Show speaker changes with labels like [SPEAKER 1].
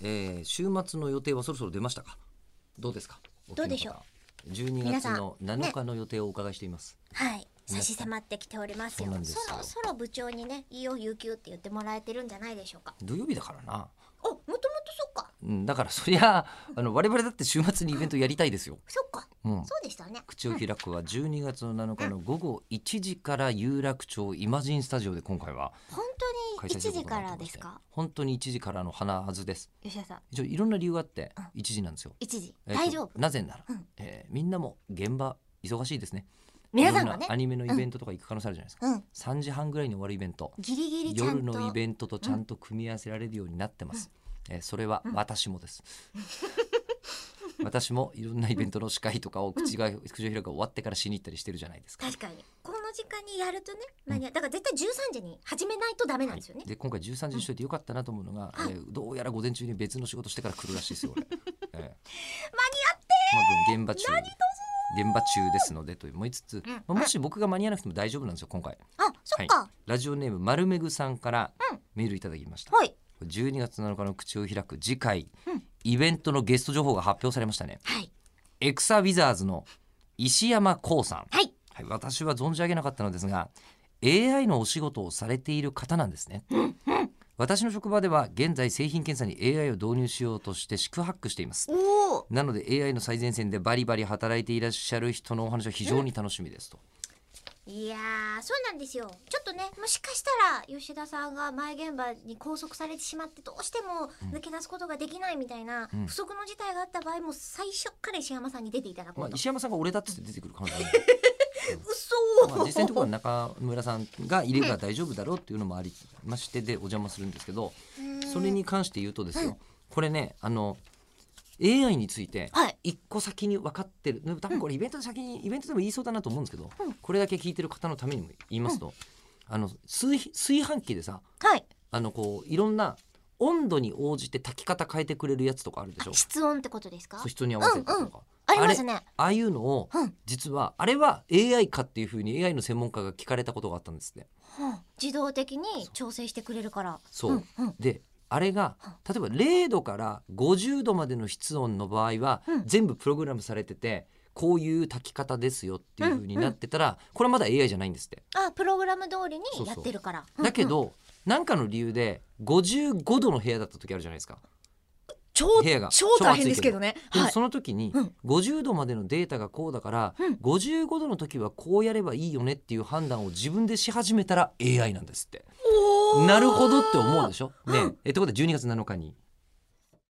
[SPEAKER 1] えー週末の予定はそろそろ出ましたかどうですか
[SPEAKER 2] どうでしょう
[SPEAKER 1] お気の方12
[SPEAKER 2] 皆
[SPEAKER 1] 月
[SPEAKER 2] さん
[SPEAKER 1] の7日の予定をお伺いしています、
[SPEAKER 2] はい差し迫ってきておりますよ
[SPEAKER 1] そうなんですよ
[SPEAKER 2] そろそろ部長にねいいよ有給って言ってもらえてるんじゃないでしょうか
[SPEAKER 1] 土曜日だからな、
[SPEAKER 2] おもともとそっか
[SPEAKER 1] うん、だからそりゃあ の我々だって週末にイベントやりたいですよ、
[SPEAKER 2] そっか
[SPEAKER 1] うん、
[SPEAKER 2] そうでしたね
[SPEAKER 1] 口を開くは12月の7日の午後1時から有楽町イマジンスタジオで今回は
[SPEAKER 2] 本当
[SPEAKER 1] 開
[SPEAKER 2] に
[SPEAKER 1] 催
[SPEAKER 2] 1
[SPEAKER 1] するこ
[SPEAKER 2] 時
[SPEAKER 1] とにな
[SPEAKER 2] か
[SPEAKER 1] って
[SPEAKER 2] ら
[SPEAKER 1] まして
[SPEAKER 2] ですか
[SPEAKER 1] 本当に1時からの花はずです
[SPEAKER 2] 吉田さん
[SPEAKER 1] 一応いろんな理由があって
[SPEAKER 2] うん
[SPEAKER 1] 1時なんですよ、
[SPEAKER 2] 1時
[SPEAKER 1] えーと
[SPEAKER 2] 大丈夫
[SPEAKER 1] なぜなら、
[SPEAKER 2] うん
[SPEAKER 1] えーみんなも現場忙しいですね
[SPEAKER 2] 皆さん
[SPEAKER 1] い
[SPEAKER 2] も
[SPEAKER 1] ろ
[SPEAKER 2] ね
[SPEAKER 1] なアニメのイベントとか行く可能性あるじゃないですか、
[SPEAKER 2] うん
[SPEAKER 1] 3時半ぐらいに終わるイベント
[SPEAKER 2] ギリギリちゃ
[SPEAKER 1] 夜
[SPEAKER 2] んと
[SPEAKER 1] のイベントとちゃんと組み合わせられるようになってます、えーそれは私もです、 私もいろんなイベントの司会とかを口が、口を開くが終わってからしに行ったりしてるじゃないですか
[SPEAKER 2] 確かにこの時間にやるとね間に合うだから絶対13時に始めないとダメなんですよね
[SPEAKER 1] で今回13時にしといてよかったなと思うのが、
[SPEAKER 2] うん
[SPEAKER 1] えーどうやら午前中に別の仕事してから来るらしいですよ 俺、えーま
[SPEAKER 2] 間
[SPEAKER 1] あ、現場中現場中ですのでと思いつつ、
[SPEAKER 2] うん
[SPEAKER 1] まあ、もし僕が間に合わなくても大丈夫なんですよ今回
[SPEAKER 2] に合ってあそっか
[SPEAKER 1] ラジオネーム丸めぐさんから
[SPEAKER 2] うん
[SPEAKER 1] メールいただきました、
[SPEAKER 2] はい
[SPEAKER 1] 12月7日の口を開く次回、
[SPEAKER 2] うん
[SPEAKER 1] イベントのゲスト情報が発表されましたね
[SPEAKER 2] はい
[SPEAKER 1] エクサウィザーズの石山光さん、
[SPEAKER 2] はい
[SPEAKER 1] はい、私は存じ上げなかったのですが AI のお仕事をされている方なんですね私の職場では現在製品検査に AI を導入しようとして四苦八苦しています
[SPEAKER 2] おお
[SPEAKER 1] なので AI の最前線でバリバリ働いていらっしゃる人のお話は非常に楽しみですと、
[SPEAKER 2] いやーそうなんですよちょっとねもしかしたら吉田さんが前現場に拘束されてしまってどうしても抜け出すことができないみたいな
[SPEAKER 1] うん
[SPEAKER 2] 不測の事態があった場合も最初から石山さんに出ていただこ
[SPEAKER 1] まあ
[SPEAKER 2] う、と、
[SPEAKER 1] 石山さんが俺だっつって出てくる可能性もある
[SPEAKER 2] 嘘
[SPEAKER 1] まあ、実際のところは中村さんがいれば大丈夫だろうっていうのもありましてでお邪魔するんですけどそれに関して言うとですよこれねあの AI について
[SPEAKER 2] はい
[SPEAKER 1] 一個先に分かってる多分これイベントで先にイベントでも言いそうだなと思うんですけど
[SPEAKER 2] うん
[SPEAKER 1] これだけ聞いてる方のためにも言いますとあの炊炊飯器でさ
[SPEAKER 2] はい
[SPEAKER 1] あのこういろんな温度に応じて炊き方変えてくれるやつとかあるでしょ
[SPEAKER 2] あ室温ってことですか
[SPEAKER 1] そう人に合わせてと
[SPEAKER 2] うんうん
[SPEAKER 1] か。
[SPEAKER 2] ありますね
[SPEAKER 1] ああいうのを
[SPEAKER 2] うん
[SPEAKER 1] 実はあれは AI かっていうふうに AI の専門家が聞かれたことがあったんですね。
[SPEAKER 2] うん自動的に調整してくれるから
[SPEAKER 1] そうん
[SPEAKER 2] うん
[SPEAKER 1] であれが例えば0度から50度までの室温の場合は、
[SPEAKER 2] うん
[SPEAKER 1] 全部プログラムされててこういう炊き方ですよっていうふうになってたら、これはまだ AI じゃないんですって。
[SPEAKER 2] あプログラム通り
[SPEAKER 1] そうそ
[SPEAKER 2] にや
[SPEAKER 1] う
[SPEAKER 2] ってるから
[SPEAKER 1] だけ
[SPEAKER 2] うんうん
[SPEAKER 1] ど、なんかの理由で55度の部屋だった時あるじゃないですか。
[SPEAKER 2] 超
[SPEAKER 1] 部屋が
[SPEAKER 2] 超大変ですけどね
[SPEAKER 1] でも
[SPEAKER 2] はい
[SPEAKER 1] その時に
[SPEAKER 2] うん
[SPEAKER 1] 50度までのデータがこうだから、
[SPEAKER 2] うん
[SPEAKER 1] 55度の時はこうやればいいよねっていう判断を自分でし始めたら AI なんですって。
[SPEAKER 2] おー
[SPEAKER 1] なるほどって思うでしょ。ね
[SPEAKER 2] うん
[SPEAKER 1] えってことで12月7日に